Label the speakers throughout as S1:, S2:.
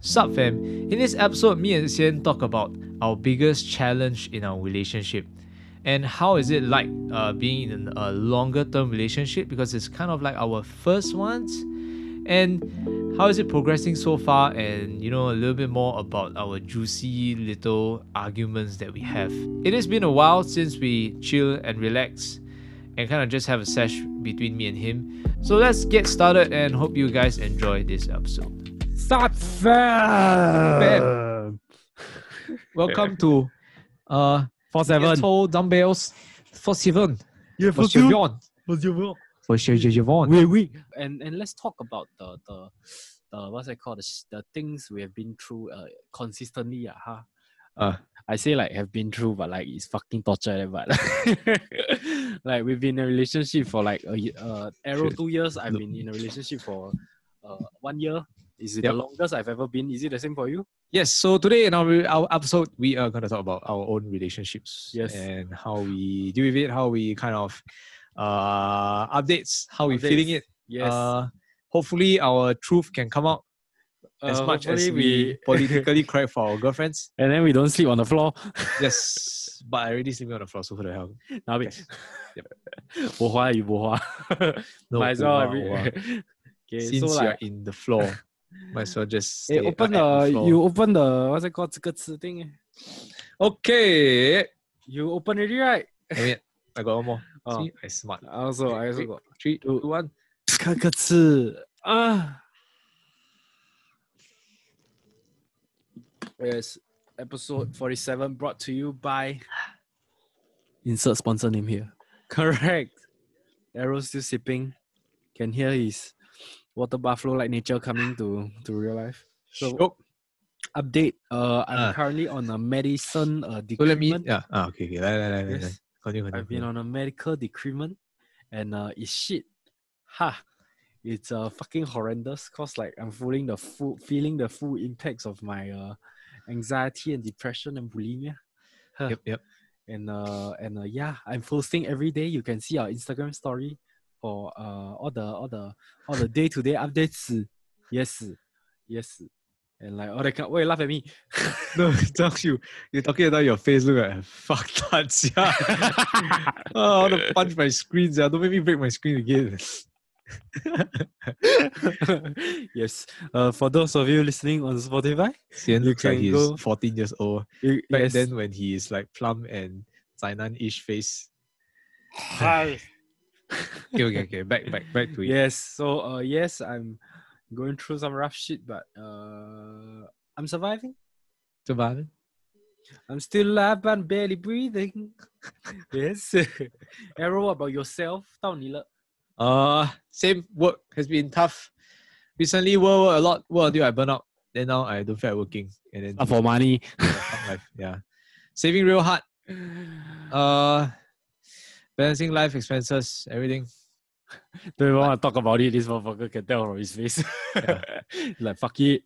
S1: Sup fam, in this episode, me and Xian talk about our biggest challenge in our relationship and how is it like uh, being in a longer term relationship because it's kind of like our first ones and how is it progressing so far and you know a little bit more about our juicy little arguments that we have it has been a while since we chill and relax and kind of just have a sesh between me and him so let's get started and hope you guys enjoy this episode
S2: Stop
S1: Ah,
S2: fam.
S1: welcome to uh
S2: Four seven.
S1: Metal dumbbells for seven
S2: Yeah,
S1: for Siobhan for Siobhan
S2: Wait, wait.
S3: and and let's talk about the the the what's that called the, sh- the things we have been through uh, consistently uh, huh?
S1: Uh.
S3: I say like have been through but like it's fucking torture eh, but like we've been in a relationship for like a ye- uh arrow
S1: Shit.
S3: two years I've
S1: Look.
S3: been in a relationship for uh one year is it
S1: Yep.
S3: the longest I've ever been is it the same for you
S1: Yes, so today in our, our episode, we are going to talk about our own relationships.
S3: Yes.
S1: And how we deal with it, how we kind of uh, updates, how we're feeling
S3: Updates,
S1: it.
S3: yes
S1: Uh, hopefully, our truth can come out as
S3: Uh,
S1: much as
S3: hopefully
S1: we politically correct for our girlfriends.
S3: and then we don't sleep on the floor
S1: Yes. But I already sleeping on the floor, so who the hell?
S3: now we bohua you bohua
S1: No,
S3: might as well
S1: Owa,
S3: every-
S1: Owa.
S3: okay
S1: Since
S3: so like
S1: you're in the floor, might as well just.
S3: Hey,
S1: stay
S3: open
S1: at
S3: the,
S1: floor.
S3: you open the what's it called 这个词 thing eh?
S1: Okay.
S3: you open already right
S1: I mean, I got one more.
S3: Oh.
S1: See, I smart.
S3: I also I also
S1: Wait,
S3: got
S1: Three, two, one.
S3: 这个词啊 yes episode forty seven brought to you by insert sponsor name here correct arrow still sipping can hear his water buffalo like nature coming to to real life so
S1: Nope.
S3: update uh I'm
S1: Ah.
S3: currently on a medicine uh
S1: So let me.
S3: decrement.
S1: Yeah. Ah, okay. okay. 来来来来来
S3: Yes.
S1: continue, continue.
S3: I've been on a medical decrement and uh it's shit. Ha! It's uh fucking horrendous cause like I'm feeling the full feeling the full impacts of my uh anxiety and depression and bulimia. Huh.
S1: Yep. Yep.
S3: And uh and uh, yeah, I'm posting every day. You can see our Instagram story for uh all the all the all the day to day updates. Yes. Yes. And like oh, all that kind why you laugh at me.
S1: No, Zhang you. You're talking about your face. Look at fuck that. Yeah. oh, I want to punch my screen. Yeah. Don't make me break my screen again.
S3: yes. Uh, for those of you listening on Spotify,
S1: Sian
S3: You
S1: looks like
S3: can
S1: he's
S3: go-
S1: 14 years old.
S3: you,
S1: Back
S3: yes.
S1: then, when he is like plump and Zainan-ish face.
S3: Hi.
S1: Okay. Okay. Okay. Back. Back. Back to it.
S3: yes. So uh, yes, I'm going through some rough shit, but uh, I'm surviving.
S1: Surviving.
S3: I'm still alive and barely breathing. yes. Arrow what about yourself. 到你了.
S1: Uh, same work has been tough. Recently, work, work a lot. Work until I burn out. Then now I don't feel like working. And then
S3: for money.
S1: fuck life. Yeah. Saving real hard. Uh, balancing life expenses, everything.
S3: Don't even want to talk about it. This motherfucker can tell from his face. like fuck it.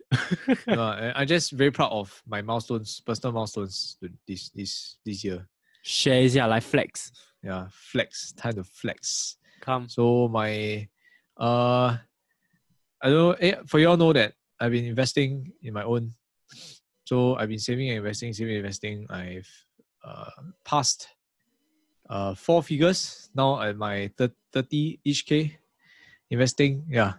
S1: No, I- I'm just very proud of my milestones, personal milestones to this this this year.
S3: Share 一下来 flex.
S1: Yeah, flex. Time to flex.
S3: Come.
S1: So my, uh, I don't. eh, For y'all know that I've been investing in my own. So I've been saving and investing, saving and investing. I've uh, passed uh, four figures now at my thirty each k investing. Yeah.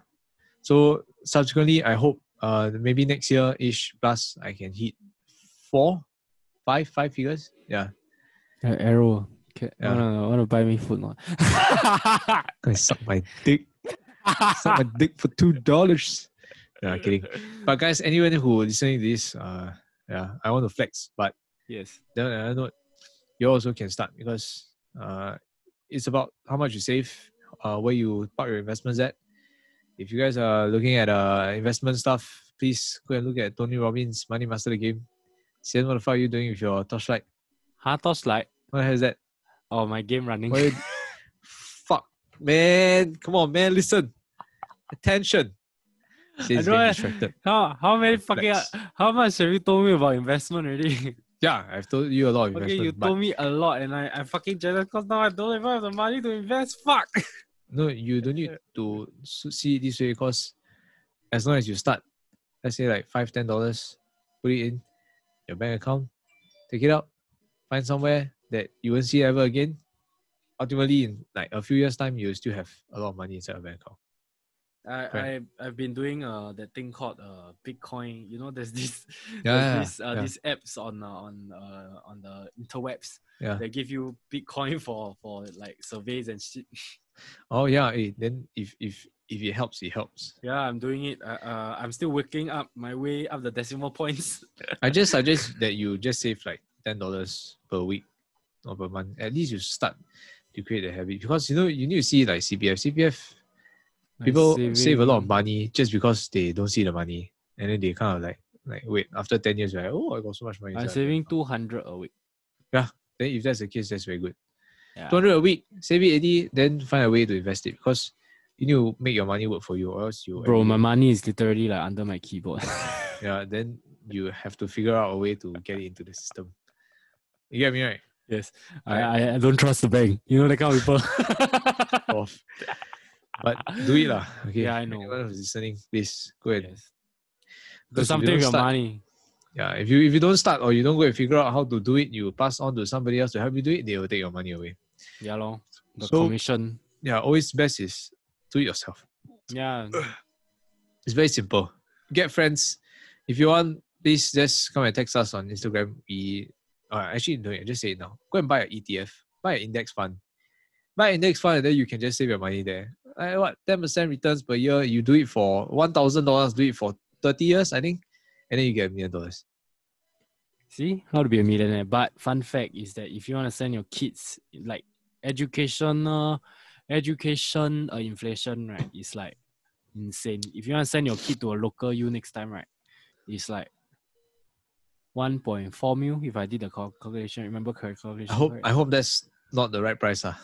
S1: So subsequently, I hope uh, maybe next year ish plus I can hit four, five, five figures. Yeah.
S3: Arrow. Okay.
S1: Yeah.
S3: Uh, Wanna, wanna buy me food not?
S1: I suck my dick. suck my dick for two dollars. No, I'm kidding. But guys, anyone who listening to this, uh, yeah, I want to flex. But
S3: yes.
S1: then on another note, you also can start because uh, it's about how much you save, uh, where you park your investments at. If you guys are looking at uh, investment stuff, please go and look at Tony Robbins' Money Master the Game. Sian, what the fuck are you doing with your torchlight?
S3: Hard toss like
S1: What the hell is that?
S3: oh my game running.
S1: Why you- fuck, man. Come on, man. Listen. Attention. Sian's getting
S3: know, eh.
S1: distracted.
S3: How how many fucking
S1: Flex.
S3: how much have you told me about investment already?
S1: Yeah, I've told you a lot of
S3: okay,
S1: investment.
S3: you
S1: but-
S3: told me a lot, and I I fucking jealous because now I don't even have the money to invest. Fuck.
S1: No, you don't need to s- see it this way because as long as you start, let's say like five, ten dollars, put it in your bank account, take it out, find somewhere that you won't see ever again. Ultimately, in like a few years' time, you'll still have a lot of money inside your bank account.
S3: I, I
S1: Correct.
S3: I've been doing uh that thing called uh Bitcoin. You know, there's this there's
S1: yeah,
S3: this uh,
S1: yeah.
S3: these apps on uh, on uh, on the interwebs.
S1: Yeah.
S3: They give you Bitcoin for for like surveys and shit.
S1: Oh yeah, eh, then if if if it helps, it helps.
S3: Yeah, I'm doing it. Uh, uh, I'm still working up my way up the decimal points.
S1: I just suggest that you just save like ten dollars per week or per month. At least you start to create a habit because you know you need to see like CPF. CPF
S3: Like
S1: people save a lot of
S3: saving-
S1: money just because they don't see the money, and then they kind of like like wait after ten years, like oh I got so much money. inside
S3: I'm
S1: my
S3: saving
S1: account."
S3: two hundred a week.
S1: Then if that's the case, that's very good.
S3: Yeah.
S1: Two hundred a week, save it eighty, then find a way to invest it because you need to make your money work for you, or else you
S3: Bro, my money is literally like under my keyboard.
S1: yeah then you have to figure out a way to get it into the system. You get me right?
S3: yes, I, I I don't trust the bank. You know, that kind of people.
S1: off. But do it lah. Okay.
S3: Yeah, I
S1: if
S3: know.
S1: Anyone who's listening, please go and
S3: Yes.
S1: Because
S3: Do
S1: if
S3: something
S1: you
S3: with
S1: don't
S3: your
S1: start-
S3: money.
S1: yeah. If you if you don't start or you don't go and figure out how to do it, you pass on to somebody else to help you do it. They will take your money away.
S3: Yeah, lor. The
S1: So-
S3: commission.
S1: Yeah. Always best is do it yourself.
S3: Yeah.
S1: It's very simple. Get friends. If you want, please just come and text us on Instagram. We uh, actually no, I just say it now. Go and buy an ETF, buy an index fund, buy an index fund, and then you can just save your money there. Like what ten percent returns per year? You do it for one thousand dollars. Do it for thirty years, I think, and then you get a million dollars.
S3: See how to be a millionaire. But fun fact is that if you want to send your kids like educational, education uh, inflation right, it's like insane. If you want to send your kid to a local U next time right, it's like. 1.4 mil if I did the cal- calculation, remember correct calculation.
S1: I hope
S3: correct?
S1: I hope that's not the right price, lah.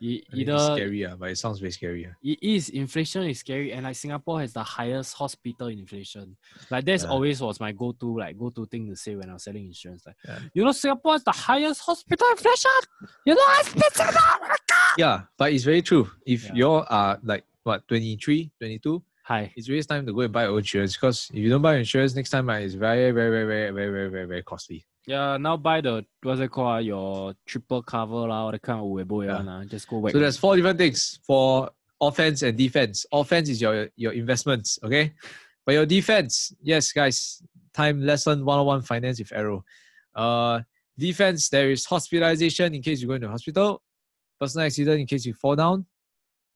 S3: E-
S1: I mean, it's
S3: either
S1: scary, ah, but it sounds very scary. ah.
S3: It is inflation is scary, and like Singapore has the highest hospital inflation. Like that's
S1: Yeah.
S3: always was my go-to like go-to thing to say when I was selling insurance. Like,
S1: Yeah.
S3: you know, Singapore has the highest hospital inflation. You know, I speak Singapore.
S1: Yeah, but it's very true. If
S3: Yeah.
S1: you all are like what 23, 22,
S3: Hi.
S1: it's really time to go and buy your own insurance because if you don't buy your insurance next time, ah, it's very, very, very, very, very, very, very, very costly.
S3: Yeah. Now buy the what's it called? ah, Your triple cover lah, or the kind of webo
S1: Yeah.
S3: yeah. Just go whack.
S1: So there's four different things for offense and defense. Offense is your your investments, okay? But your defense, yes, guys, time lesson 101 finance with arrow. Uh, defense, there is hospitalization in case you go into hospital, personal accident in case you fall down,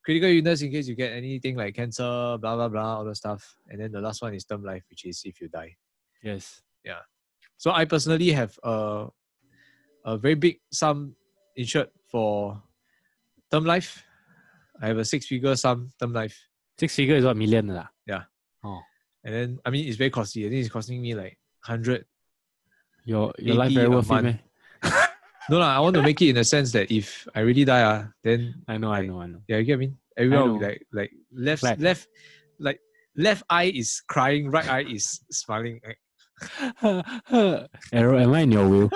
S1: critical illness in case you get anything like cancer, blah blah blah, all that stuff. And then the last one is term life, which is if you die.
S3: yes.
S1: So I personally have a a very big sum insured for term life. I have a six figure sum term life.
S3: Six figure is what million lah.
S1: And then I mean it's very costly. I think it's costing me like hundred.
S3: Your your life
S1: 80
S3: very
S1: a
S3: worth it,
S1: month.
S3: man.
S1: No lah, I want to make it in the sense that if I really die, ah, then
S3: I know. I
S1: Like,
S3: know. I know.
S1: yeah, you get what I mean? Everyone will be
S3: know.
S1: like like left
S3: Like-
S1: left like left eye is crying, right eye is smiling. Like,
S3: Arrow, am I in your will?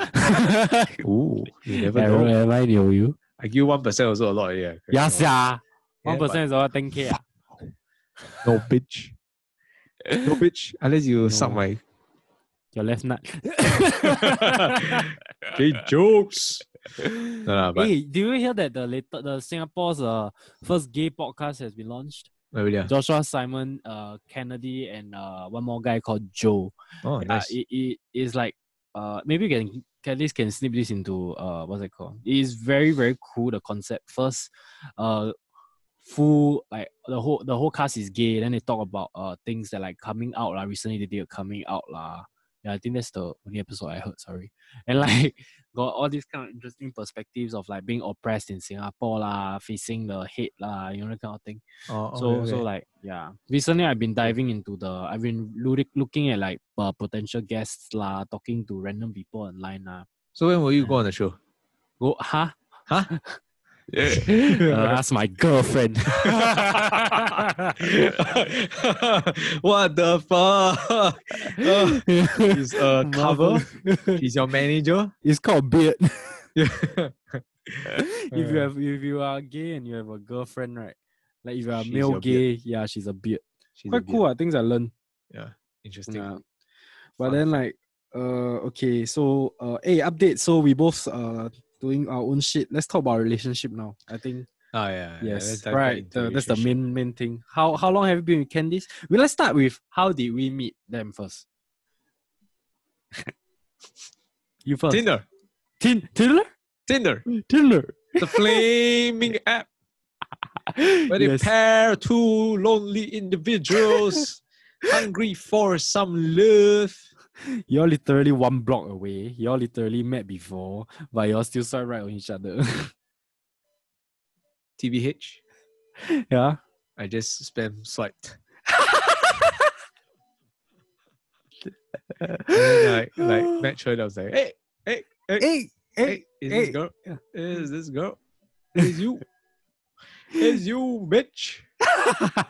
S3: Ooh.
S1: you never
S3: Arrow,
S1: know.
S3: am I in your will?
S1: I give one percent also a lot, yeah.
S3: Yeah, sia.
S1: Yeah,
S3: One percent is about ten k. ah.
S1: No bitch. No bitch. Unless you suck
S3: No.
S1: my
S3: Your left nut.
S1: Okay, jokes. No, no, but
S3: hey, do you hear that the later the Singapore's uh, first gay podcast has been launched?
S1: oh, really, ah.
S3: Joshua Simon, uh, Kennedy, and uh, one more guy called Joe.
S1: oh, nice.
S3: Uh, it, it is like uh, maybe you can at least can snip this into uh, what's it called? It is very very cool. The concept first, uh, full like the whole the whole cast is gay. Then they talk about uh things that like coming out lah. Recently they did a coming out lah. Yeah, I think that's the only episode I heard. Sorry, and like got all these kind of interesting perspectives of like being oppressed in Singapore lah, facing the hate lah, you know that kind of thing
S1: Oh,
S3: so
S1: okay,
S3: so
S1: okay.
S3: like yeah recently i've been diving into the i've been loo- looking at like uh, potential guests la talking to random people online la
S1: So when will you go on the show?
S3: go huh
S1: Huh?
S3: Uh, that's my girlfriend
S1: what the fuck? Uh, is a cover?
S3: Marvel.
S1: Is your manager?
S3: it's called beard
S1: if
S3: if you have if you are gay and you have a girlfriend right like if you're a
S1: She's
S3: male
S1: your
S3: gay
S1: beard.
S3: yeah she's a beard quite cool ah, things i learned
S1: Yeah. Interesting.
S3: Yeah. But
S1: Fun.
S3: then like uh okay, so uh hey update. So we both uh doing our own shit. Let's talk about relationship now. I think
S1: Oh yeah. yeah, let's
S3: yes,
S1: dive back
S3: right.
S1: into
S3: the- that's the
S1: relationship.
S3: main main thing. How how long have you been with Candice? Well, let's start with how did we meet them first. you first.
S1: Tinder.
S3: Tin- Tinder.
S1: Tinder.
S3: Tinder.
S1: The flaming app where
S3: Yes.
S1: they pair two lonely individuals hungry for some love.
S3: You're literally one block away. You're literally met before, but you're still swipe right on each other.
S1: TBH.
S3: yeah.
S1: I just spam swiped. And then, like like met her and I was like, hey,
S3: hey,
S1: hey, is this
S3: hey.
S1: girl? Is this girl? Is you? is you bitch?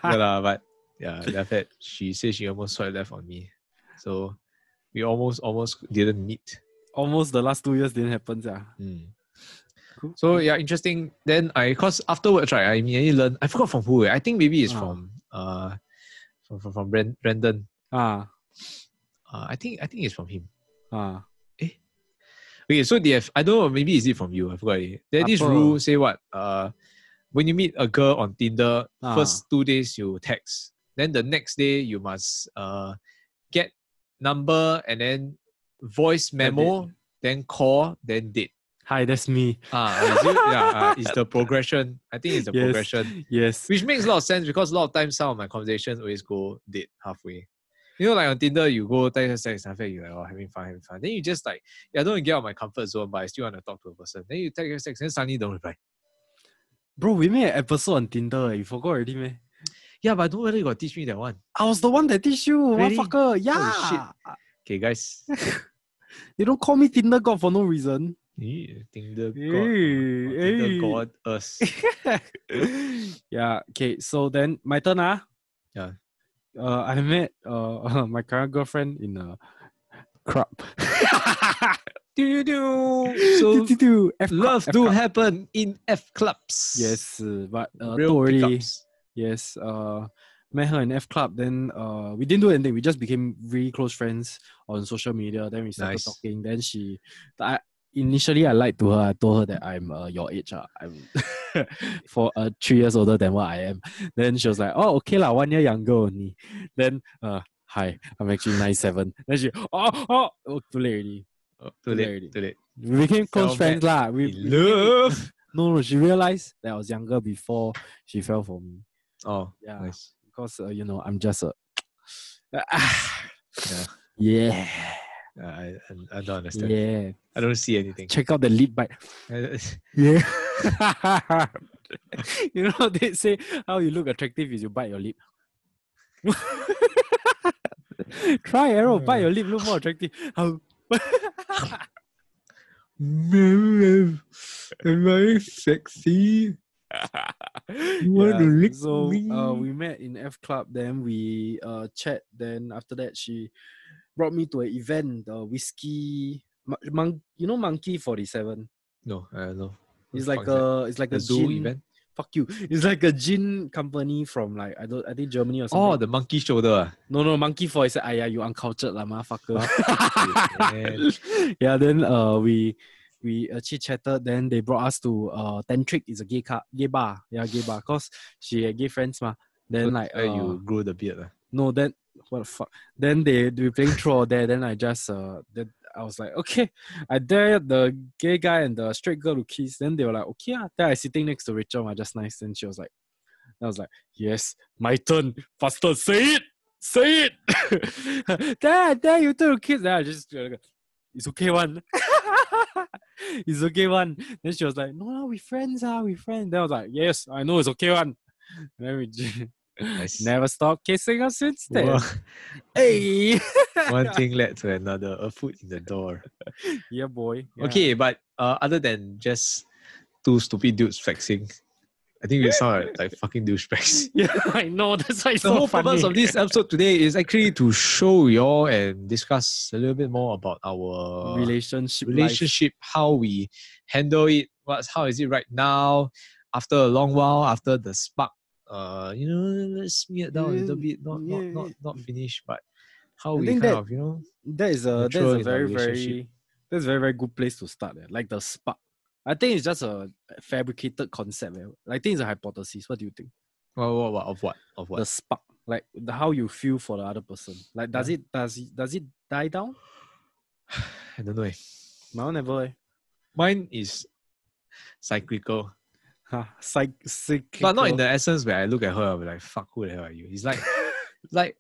S1: no, lah, but yeah, that's it. She said she almost swiped left on me. So we almost almost didn't meet.
S3: Almost the last two years didn't happen, yeah.
S1: Mm.
S3: Cool.
S1: So yeah, interesting. Then I cause afterwards, right, I immediately learned I forgot from who. eh, I think maybe it's
S3: Ah.
S1: from uh from from, from Bren- Brandon.
S3: Ah,
S1: Uh, I think I think it's from him.
S3: ah.
S1: Okay, so they have I don't know, maybe is it from you? I forgot. already. There this
S3: Apa?
S1: rule say what? Uh when you meet a girl on Tinder,
S3: Ah.
S1: first two days you text. Then the next day you must uh get number and then voice
S3: Then
S1: memo, then call, then date.
S3: Hi, that's me.
S1: Ah, is it? Yeah, ah, it's the progression. I think it's the
S3: Yes.
S1: progression.
S3: Yes.
S1: Which makes a lot of sense because a lot of times some of my conversations always go date halfway. You know, like on Tinder, you go text, text, text, text, you're like, oh, having fun, having fun. Then you just like, yeah, I don't wanna get out of my comfort zone, but I still want to talk to a person. Then you text, text, text, then suddenly don't reply.
S3: Bro, we made an episode on Tinder. eh. You forgot already, man.
S1: Yeah, but I don't know whether you got teach me that one.
S3: I was the one that teach you,
S1: Really? Oh,
S3: motherfucker. Yeah.
S1: shit. Okay, guys.
S3: They don't call me Tinder God for no reason.
S1: Eh, Tinder got,
S3: Hey,
S1: or Tinder
S3: hey.
S1: got us.
S3: yeah. Okay. So then my turn, ah.
S1: Yeah.
S3: Uh, I met uh my current girlfriend in a crap.
S1: do you do? So love do
S3: have
S1: happen in F clubs.
S3: yes, uh, but uh,
S1: Real
S3: Real already.
S1: pickups.
S3: Yes. Uh, met her in F Club. Then uh, we didn't do anything. We just became really close friends on social media. Then we started
S1: Nice.
S3: talking. Then she, I, initially I lied to her. I told her that I'm uh, your age. Uh, I'm for uh, three years older than what I am. Then she was like, "Oh, okay lah, one year younger only." Then uh, hi, I'm actually nine seven. Then she, oh, oh, oh, too late already.
S1: Oh,
S3: Too
S1: too
S3: late
S1: late,
S3: already.
S1: too late.
S3: We became close
S1: Fell
S3: friends lah. We, we
S1: In
S3: became-
S1: love.
S3: No, no, she realized that I was younger before she fell for me.
S1: Oh,
S3: Yeah
S1: nice.
S3: because uh, you know I'm just a
S1: Yeah.
S3: yeah
S1: Uh, I, I, I don't understand.
S3: yeah.
S1: I don't see anything.
S3: Check out the lead bite. Yeah. you know they say how you look attractive is you bite your lip. Try arrow, bite your lip, look more attractive. How-
S1: Am I sexy? You want to lick
S3: so uh,
S1: me?
S3: we met in F Club. Then we uh, chat. Then after that, she brought me to an event. The whiskey, mon- mon- you know, Monkey Forty Seven.
S1: No, I don't know. What
S3: It's
S1: the
S3: like
S1: fuck is that?
S3: a it's like
S1: the
S3: a
S1: zoo
S3: gin,
S1: event.
S3: Fuck you! It's like a gin company from like I don't I think Germany or something.
S1: Oh, the monkey shoulder.
S3: no no monkey for is ah yeah you uncultured lah motherfucker.
S1: ah. Man,
S3: yeah then uh we we uh, chit chatted then they brought us to uh tantric is a gay car gay bar yeah gay bar cause she had gay friends ma.
S1: that's
S3: Then like
S1: where
S3: uh,
S1: you grow the beard. ah.
S3: no then what the fuck then they they were playing throw there then I just uh then I was like okay I dare the gay guy and the straight girl to kiss then they were like okay ah. then I sitting next to Rachel I just nice and she was like I was like yes my turn faster say it say it dare I dare you two to kiss then I just uh, it's okay one it's okay one then she was like no no we friends ah we friends then I was like yes I know it's okay one then we j-
S1: Nice.
S3: Never stop kissing us since then.
S1: Wow.
S3: Hey,
S1: One thing led to another. A foot in the door.
S3: yeah, boy. Yeah.
S1: Okay, but uh, other than just two stupid dudes flexing, I think we sound like, like fucking douchebags.
S3: Yeah, I know. That's why it's
S1: the
S3: so
S1: whole
S3: funny.
S1: purpose of this episode today is actually to show y'all and discuss a little bit more about our
S3: relationship, life.
S1: relationship, how we handle it, what's how is it right now, after a long while, after the spark. Uh, you know, let's smear down a little
S3: Yeah,
S1: bit, not not
S3: yeah,
S1: not,
S3: yeah.
S1: not finish, but how
S3: I
S1: we
S3: think
S1: kind
S3: that-
S1: of you know
S3: That is a that's
S1: Mature
S3: a
S1: in a
S3: very
S1: relationship.
S3: very that's a very very good place to start. eh. Like the spark. I think it's just a fabricated concept. eh. I think it's a hypothesis. What do you think?
S1: what, what, what, of what of
S3: The
S1: what
S3: spark, like the, how you feel for the other person. Like does it does it does it die down?
S1: I don't know. eh.
S3: My one never. eh.
S1: Mine is cyclical,
S3: Ha, psych, psych,
S1: but not in the essence where I look at her I'll be like fuck who the hell are you? It's like like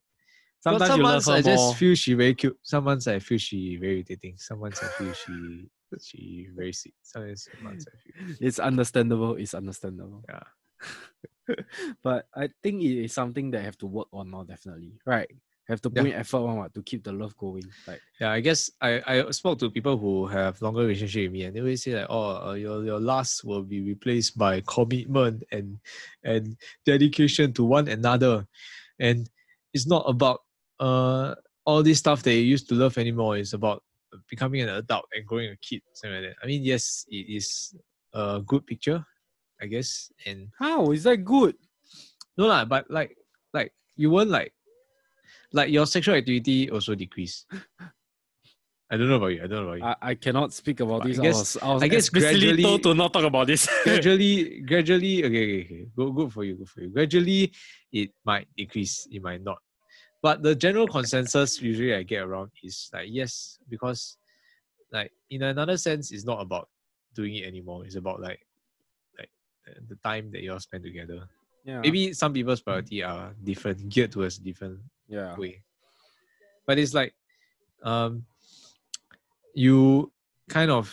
S1: got
S3: Sometimes
S1: some
S3: you love
S1: months
S3: her
S1: I just
S3: more.
S1: feel she very cute. Some months I feel she very irritating. Some months I feel she she very sick. Sometimes months I feel
S3: It's understandable. It's understandable.
S1: Yeah.
S3: but I think it is something that have to work on now, definitely. Right. Have to put
S1: Yeah.
S3: in effort on what to keep the love going. Like
S1: Yeah, I guess I, I spoke to people who have longer relationship with me, and they always say like, "Oh, uh, your your last will be replaced by commitment and and dedication to one another," and it's not about uh all this stuff that you used to love anymore. It's about becoming an adult and growing a kid, something like that. I mean, yes, it is a good picture, I guess, and
S3: how is that good?
S1: no lah, but like like you weren't like like your sexual activity also decreased. I don't know about you. I don't know about you.
S3: I, I cannot speak about
S1: But I
S3: this.
S1: guess-
S3: I was, I was
S1: I guess
S3: explicitly
S1: gradually-
S3: told to not talk about this.
S1: gradually, gradually, okay, okay, okay. Good, good for you, good for you. Gradually, it might decrease, it might not. But the general consensus usually I get around is like yes, because like in another sense, it's not about doing it anymore. It's about like like the- the time that you all spend together.
S3: yeah.
S1: Maybe some people's priority are different, geared towards different
S3: Yeah.
S1: way. But it's like um you kind of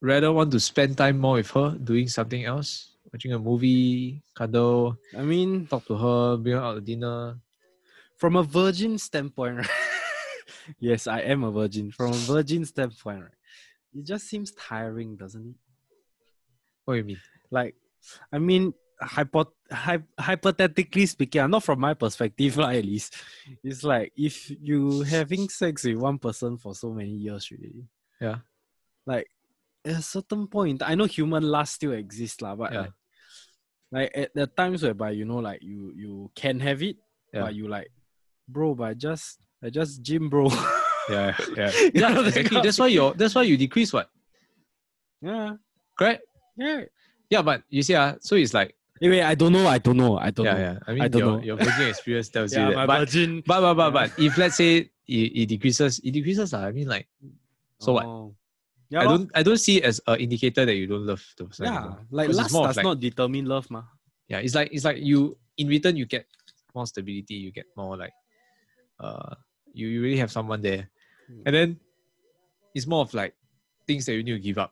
S1: rather want to spend time more with her doing something else, watching a movie, cuddle,
S3: I mean,
S1: talk to her, bring her out to dinner.
S3: from a virgin standpoint, right? yes, I am a virgin. From a virgin standpoint, right? It just seems tiring, doesn't it?
S1: What do you mean?
S3: like i mean hypo- hy- hypothetically speaking ah, not from my perspective lah, at least it's like if you having sex with one person for so many years really
S1: Yeah.
S3: like at a certain point i know human lust still exists lah, but uh,
S1: Yeah.
S3: like, like at the times whereby you know like you you can have it
S1: Yeah.
S3: but you like bro but I just i just gym bro
S1: Yeah, yeah.
S3: Yeah,
S1: yeah exactly. That's why you that's why you decrease what?
S3: yeah
S1: Correct?
S3: yeah
S1: Yeah, but you see, uh, so it's like
S3: anyway i don't know i don't know i don't
S1: yeah,
S3: know
S1: yeah. I mean
S3: don't
S1: your,
S3: know.
S1: your virgin experience tells
S3: yeah,
S1: you that.
S3: my
S1: But,
S3: virgin
S1: but but but
S3: Yeah.
S1: but if let's say it, it decreases, it decreases. lah. I mean like so what?
S3: Oh. Yeah,
S1: I
S3: lor.
S1: don't I don't see it as an indicator that you don't love the person.
S3: Yeah,
S1: anymore.
S3: like
S1: Because it's
S3: lust
S1: more of
S3: does
S1: like-
S3: not determine love, ma.
S1: Yeah, it's like it's like you in return you get more stability, you get more like uh you, you really have someone there. And then it's more of like things that you need to give up.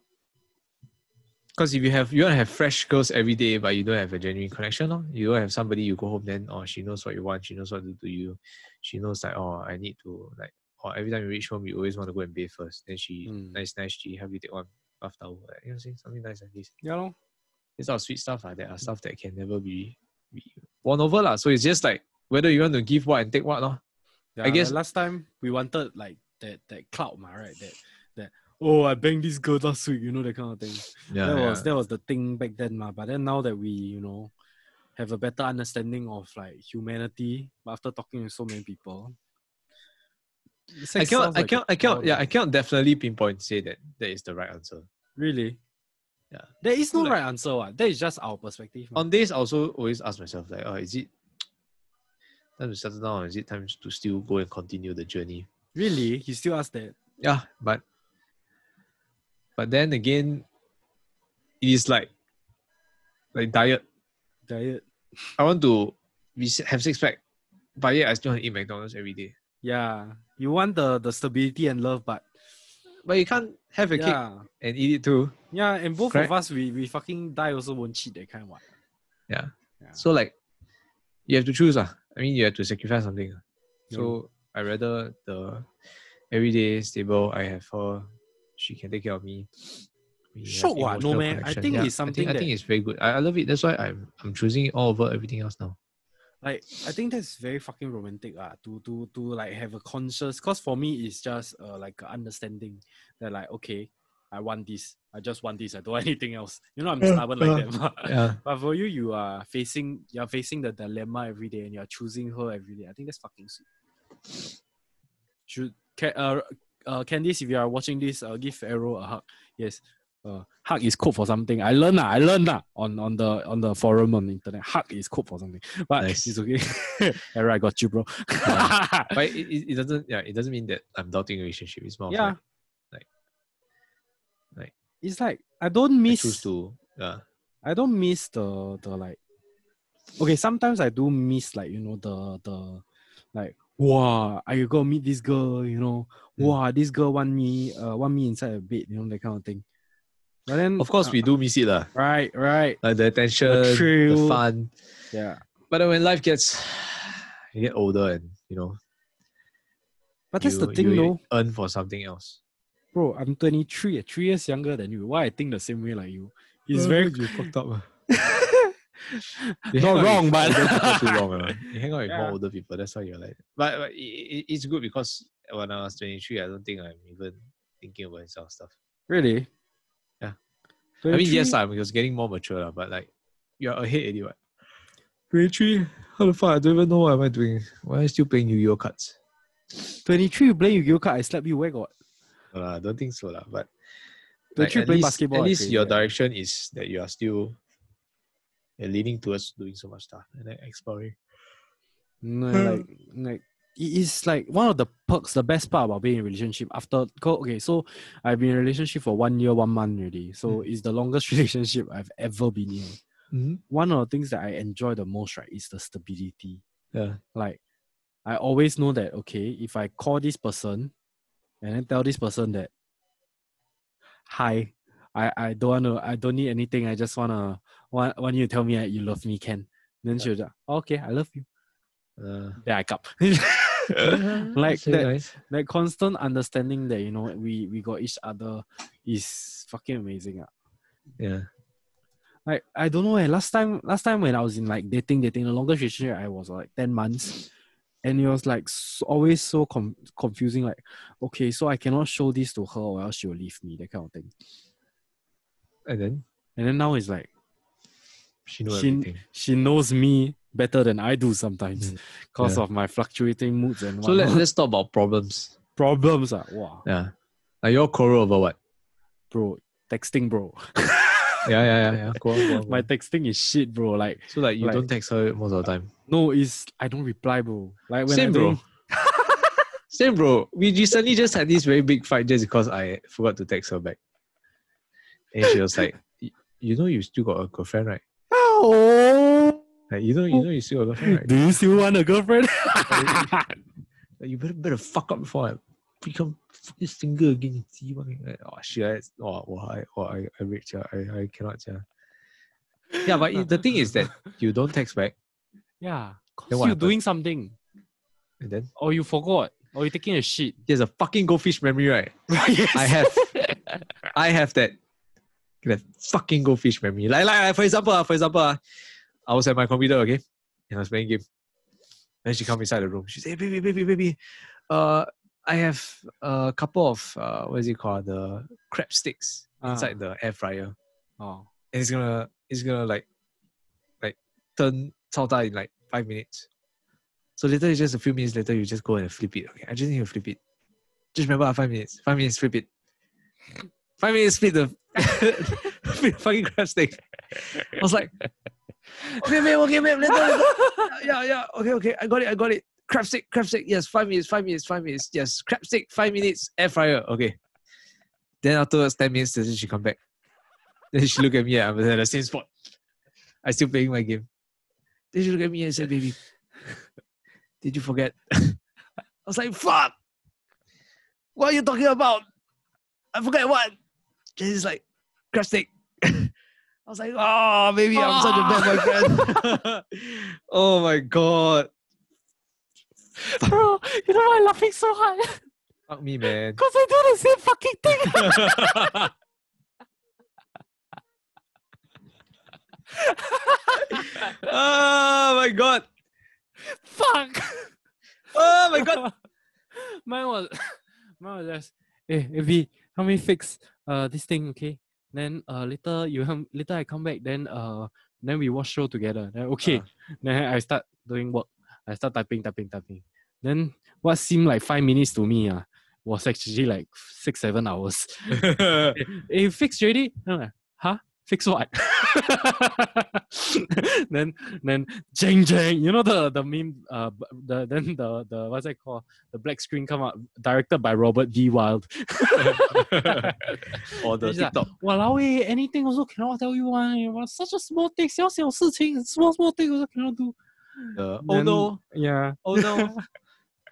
S1: Because if you have you want to have fresh girls every day, but you don't have a genuine connection, no? you don't have somebody you go home then oh she knows what you want, she knows what to do you, she knows like oh I need to like or every time you reach home you always want to go and bathe first. Then she
S3: Mm.
S1: nice nice she help you take one bath towel. Like, you know, saying something nice like this.
S3: Yeah, lor.
S1: It's all sweet stuff like that are stuff that can never be, be won over lah. So it's just like whether you want to give what and take what lor.
S3: Yeah,
S1: guess-
S3: like last time we wanted like that that cloud, ma, right? That that oh, I banged this girl last week, you know that kind of thing. that was that was the thing back then, ma. But then now that we you know have a better understanding of like humanity, but after talking to so many people,
S1: I
S3: sex
S1: cannot
S3: sounds
S1: I
S3: like a
S1: cannot I cannot
S3: cloud,
S1: yeah
S3: ma.
S1: I cannot definitely pinpoint say that that is the right answer.
S3: really.
S1: Yeah.
S3: There is no
S1: Like-
S3: right answer. What? That is just our perspective. ma.
S1: On days I also always ask myself like oh is it time to settle down or is it time to still go and continue the journey?
S3: Really, he still asked that.
S1: Yeah, but but then again it is like like diet.
S3: Diet.
S1: I want to be, s- have six pack, but yeah, I still want to eat McDonald's every day.
S3: Yeah, you want the the stability and love, but
S1: But you can't have a cake
S3: yeah,
S1: and eat it too.
S3: yeah, and both
S1: Correct.
S3: of us we we fucking die also won't cheat that kind of one.
S1: Yeah.
S3: Yeah.
S1: So like, you have to choose. Ah, I mean, you have to sacrifice something. ah.
S3: Mm.
S1: So I rather the everyday stable. I have her. She can take care of me. We have
S3: Shiok what, no
S1: emotional
S3: meh? I
S1: connection.
S3: think
S1: Yeah,
S3: it's something
S1: I think, I
S3: that-
S1: think it's very good. I, I love it. That's why I'm I'm choosing it all over everything else now.
S3: Like I think that's very fucking romantic ah. To to to like have a conscious. Cause for me it's just uh, like a understanding that like okay, I want this. I just want this. I don't want anything else. You know I'm
S1: Yeah,
S3: stubborn like that. but-
S1: Yeah.
S3: But for you, you are facing you're facing the dilemma every day, and you're choosing her every day. I think that's fucking sweet. should ca- uh, uh, Candice, if you are watching this, uh, give Arrow a hug. Yes, uh, hug is code for something. I learned that. I learned that on on the on the forum on the internet. Hug is code for something, but
S1: Nice.
S3: it's okay. Arrow, I got you, bro.
S1: Yeah. But it, it, it doesn't yeah, it doesn't mean that I'm doubting your relationship. It's more of
S3: Yeah.
S1: like
S3: it's like I don't
S1: I
S3: miss.
S1: choose to yeah.
S3: I don't miss the the like. Okay, sometimes I do miss like you know the the like wow I go meet this girl you know
S1: Mm.
S3: wow this girl want me uh want me inside a bed you know that kind of thing. But then
S1: Of course
S3: uh,
S1: we do miss it lah.
S3: Right, right.
S1: Like the attention, the
S3: thrill.
S1: fun.
S3: Yeah.
S1: But then when life gets you get older and you know
S3: But that's
S1: you,
S3: the thing
S1: you
S3: though,
S1: earn for something else.
S3: bro. I'm 23, eh, three years younger than you. Why I think the same way like you? It's very
S1: you fucked up. ah. Mm.
S3: Not wrong, but-
S1: too long. ah. You hang out with more
S3: Yeah.
S1: older people. That's why you're like. But, but it, it's good because when I was 23, I don't think I'm even thinking about this sort of stuff.
S3: really.
S1: Yeah. I mean,
S3: 23
S1: yes, I'm just getting more mature, lah, but like you're ahead anyway. 23? How the fuck? I don't even know what am I doing. Why am I still playing Yu Gi Oh cards?
S3: 23 you play Yu-Gi-Oh card, I slap you. Where got?
S1: No, lah, I Uh, don't think so, lah. But
S3: Don't you
S1: at
S3: play
S1: least,
S3: basketball
S1: At
S3: at
S1: least
S3: three,
S1: your
S3: yeah?
S1: direction is that you are still you're leaning towards doing so much stuff and then exploring.
S3: No,
S1: Hmm.
S3: like like it is like one of the perks, the best part about being in a relationship after co- okay, so I've been in a relationship for one year, one month already. So
S1: Mm.
S3: it's the longest relationship I've ever been in.
S1: Mm-hmm.
S3: One of the things that I enjoy the most, right, is the stability.
S1: Yeah.
S3: Like I always know that okay, if I call this person and then tell this person that hi, I, I don't wanna I don't need anything, I just wanna want, want you to tell me that you love me, Ken. Then she'll just okay, I love you.
S1: Uh,
S3: Then I cup.
S1: like
S3: That's very that constant understanding that you know we we got each other is fucking amazing. ah.
S1: Yeah.
S3: Like I don't know. Eh, last time last time when I was in like dating dating the longest relationship I was like ten months, and it was like s always so com- confusing. Like okay, so I cannot show this to her or else she'll leave me. That kind of thing.
S1: And then
S3: And then now it's like
S1: she knows
S3: She-
S1: everything.
S3: she knows me better than I do sometimes
S1: Mm,
S3: because
S1: yeah.
S3: of my fluctuating moods and
S1: So let,
S3: whatnot.
S1: let's talk about problems.
S3: problems. Ah, wow,
S1: Yeah. Like you're quarrel over what?
S3: bro, texting, bro.
S1: Yeah, yeah, yeah. yeah. Go on, go on, go
S3: My
S1: on.
S3: texting is shit, bro. Like.
S1: So like you
S3: like-
S1: don't text her most of the time.
S3: No, it's I don't reply, bro. Like when
S1: Same,
S3: I
S1: bro.
S3: do,
S1: Same bro. We recently just had this very big fight just because I forgot to text her back. And she was like, "Y- you know you still got a girlfriend, right?
S3: Oh,
S1: Like you know you know you still got a girlfriend, right?
S3: do you still want a girlfriend?
S1: Like, you better better fuck up before I become fucking finger again. You see what I mean? Like, oh shit! I, oh, oh, I, oh, I, I raped ya. I, I cannot ya. Yeah, but it- the thing is that you don't text back,
S3: yeah, cause
S1: Then
S3: you're
S1: what happened?
S3: doing something,
S1: and then
S3: or you forgot, or you're taking a shit.
S1: there's a fucking goldfish memory, right?
S3: yes.
S1: I have, I have that, that fucking goldfish memory. Like, like, like, for example, ah, for example, ah, I was at my computer, okay, and I was playing game. Then she come inside the room. She said, "Baby, baby, baby, uh, I have a couple of uh, what is it called, the crab sticks
S3: Ah.
S1: inside the air fryer,
S3: Oh,
S1: and it's gonna, it's gonna like, like turn chao da in like five minutes. So later, it's just a few minutes later, you just go and flip it. Okay, I just need to flip it. Just remember, ah, five minutes, five minutes, flip it. Five minutes, flip the, flip the fucking crab stick. I was like, okay, ma'am, okay, ma'am, later, later. Yeah, yeah, okay, okay, I got it, I got it. Crab stick, crab stick, yes, five minutes, five minutes, five minutes, yes, crab stick, five minutes, air fryer, okay. Then afterwards, ten minutes, then she come back. Then she look at me, I'm at the same spot. I still playing my game. Then she look at me and said, baby, did you forget? I was like, fuck! What are you talking about? I forget what. Jesse's like, crab stick. I was like, oh, baby, I'm such a bad boyfriend. oh my god.
S3: bro, you know why I'm laughing so hard?
S1: Fuck me, man.
S3: Cause I do the same fucking thing.
S1: oh my god.
S3: Fuck.
S1: Oh my god.
S3: mine was, mine was just, hey, Abby, help me fix uh this thing, okay? Then uh later you help, later I come back, then uh then we watch show together. Then okay,
S1: Ah.
S3: then I start doing work. I start typing, typing, typing. Then what seemed like five minutes to me uh, was actually like six, seven hours. Eh, eh, fixed already? Then I'm like, huh? Fix what? then then jang jang. You know the the meme uh b- the then the the what's that called? The black screen come out directed by Robert V. Wild.
S1: or the
S3: It's like-
S1: TikTok.
S3: Walao eh, anything also cannot tell you one. eh, wa- Such a small thing, 小小事情, small small thing also cannot do.
S1: the, oh
S3: Then-
S1: no!
S3: Yeah.
S1: Oh no!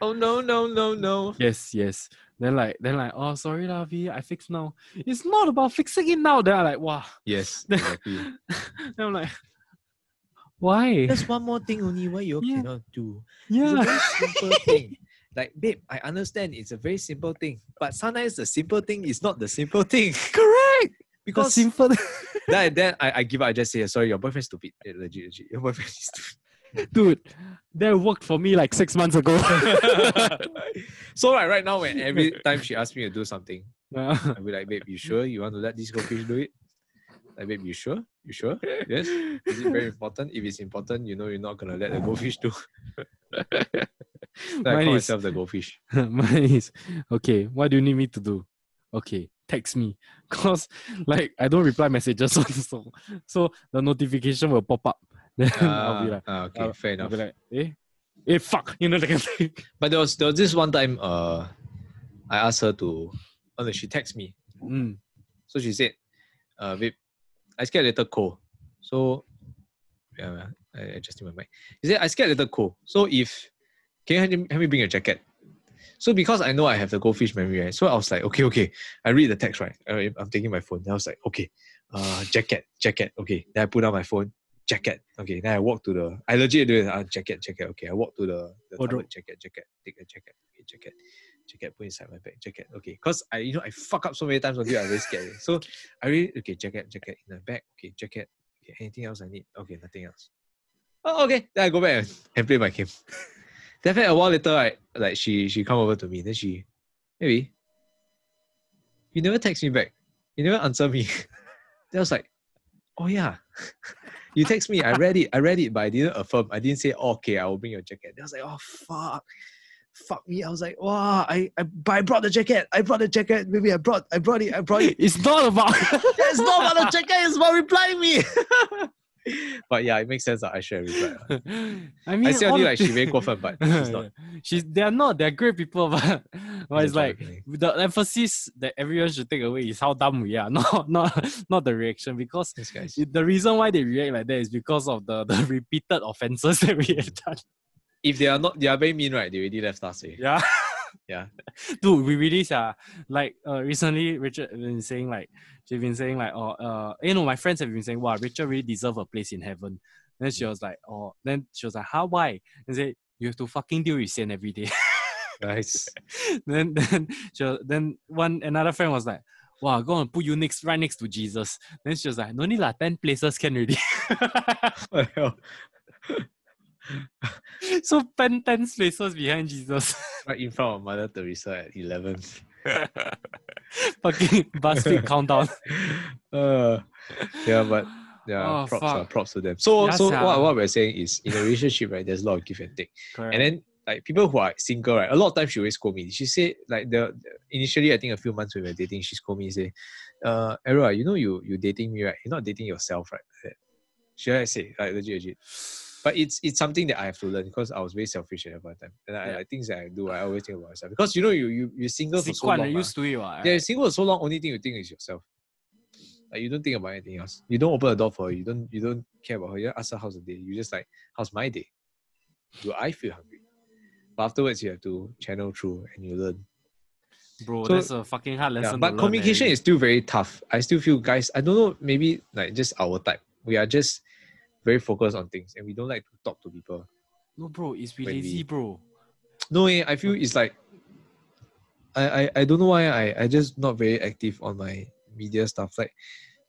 S1: oh no! No! No! No!
S3: Yes, yes. Then like then like oh sorry lah V, I fix now. It's not about fixing it now. Then I like wow.
S1: Yes. Exactly.
S3: Then I'm like why?
S1: There's one more thing only why you all
S3: Yeah.
S1: cannot do. It's a
S3: yeah.
S1: very simple thing. Like, babe, I understand it's a very simple thing, but sometimes the simple thing is not the simple thing.
S3: Correct.
S1: Because
S3: simple.
S1: then, then I, I give up, I just say, sorry, your boyfriend's stupid. Eh, legit, legit. Your boyfriend's stupid.
S3: Dude, that worked for me like six months ago.
S1: so like right now, when every time she asks me to do something,
S3: Yeah.
S1: I'll be like, babe, you sure you want to let this goldfish do it? Like, babe, you sure? You sure? Yes. Is it very important? If it's important, you know you're not gonna let the goldfish do. So I
S3: Mine
S1: call
S3: is-
S1: myself the goldfish.
S3: Mine is okay. What do you need me to do? Okay, text me. Cause like I don't reply messages on so so the notification will pop up. Then I'll be
S1: Ah,
S3: like,
S1: ah, okay,
S3: I'll-
S1: fair
S3: I'll
S1: enough.
S3: be like, eh, eh, fuck, you know that kind of thing.
S1: But there was there was this one time uh I asked her to oh no, she texted me.
S3: Mm.
S1: So she said, uh babe, I scared later cold. So yeah, I adjusting my mic. She said, I scared later cold. So if can you help me- help me bring a jacket? So because I know I have the goldfish memory, right? So I was like, okay, okay. I read the text, right? I- I'm taking my phone. Then I was like, okay, uh, jacket, jacket. Okay. Then I put down my phone, jacket. Okay. Then I walk to the. I legit do it. Uh, jacket, jacket. Okay. I walk to the, the
S3: Wardrobe.
S1: cupboard, jacket, jacket. Take a jacket, okay, jacket, jacket. Put inside my bag, jacket. Okay. Cause I, you know, I fuck up so many times until I'm very scared. So I really okay, jacket, jacket in the bag. Okay, jacket. Okay. Anything else I need? Okay, nothing else. Oh, okay. Then I go back and, and play my game. Then after that, a while later, I like she she come over to me. Then she, maybe, you never text me back. You never answer me. then I was like, oh yeah, you text me. I read it. I read it, but I didn't affirm. I didn't say "Oh, okay. I will bring your jacket. Then I was like, oh fuck, fuck me. I was like, wow. I I but I brought the jacket. I brought the jacket. Maybe I brought I brought it. I brought it.
S3: It's not about
S1: That's not about the jacket. It's about replying me. but yeah, it makes sense that I should have replied.
S3: I mean
S1: I say
S3: all
S1: until
S3: the
S1: like she
S3: thing-
S1: very confident, but she's not.
S3: She's they're not, they're great people, but, but
S1: She's not
S3: it's like
S1: replying.
S3: the emphasis that everyone should take away is how dumb we are, not not not the reaction. Because
S1: This guy's
S3: it- the reason why they react like that is because of the, the repeated offenses that we have done.
S1: if they are not they are very mean, right? They already left us. Eh?
S3: Yeah.
S1: Yeah.
S3: Dude, we really uh, like uh, recently Richard been saying like she's been saying like oh uh you know my friends have been saying wow Richard really deserve a place in heaven. Then she was like oh then she was like how why? And say you have to fucking deal with sin every day.
S1: Nice.
S3: then then she was, then one another friend was like, "Wow, go and put you next right next to Jesus." Then she was like, "No need lah, ten places can already."
S1: What the hell?
S3: so ten ten places behind Jesus.
S1: right in front of Mother Teresa at eleven.
S3: Fucking BuzzFeed countdown.
S1: uh, yeah, but yeah,
S3: Oh,
S1: props, ah,
S3: fuck.
S1: props to them. So
S3: Yeah,
S1: so
S3: sia.
S1: what, what we're saying is in a relationship, right? There's a lot of give and take,
S3: Correct.
S1: and then. Like people who are single, right? A lot of times she always call me. She said, like the initially, I think a few months when we were dating, she's called me and say, "Uh, Errol, ah, you know you you dating me, right? You're not dating yourself, right?" Like that. Should I say like legit, legit? But it's it's something that I have to learn because I was very selfish at that point in time. And I,
S3: Yeah.
S1: like, things that I do, I always think about myself. Because you know you you you're single for so
S3: 习惯了，
S1: long. ah. mah.
S3: used to it 了，
S1: Yeah, you're single for so long, only thing you think is yourself. Like you don't think about anything else. You don't open the door for her, you don't you don't care about her, you don't ask her how's the day. You just like, how's my day? Do I feel hungry? But afterwards you have to channel through and you learn.
S3: bro.
S1: So-
S3: that's a fucking hard
S1: Yeah,
S3: lesson.
S1: but communication is still very tough. I still feel guys, I don't know, maybe like just our type. We are just very focused on things and we don't like to talk to people.
S3: no, bro. It's we
S1: when we-
S3: lazy, bro.
S1: No, eh, I feel it's like I, I I don't know why I I just not very active on my media stuff. Like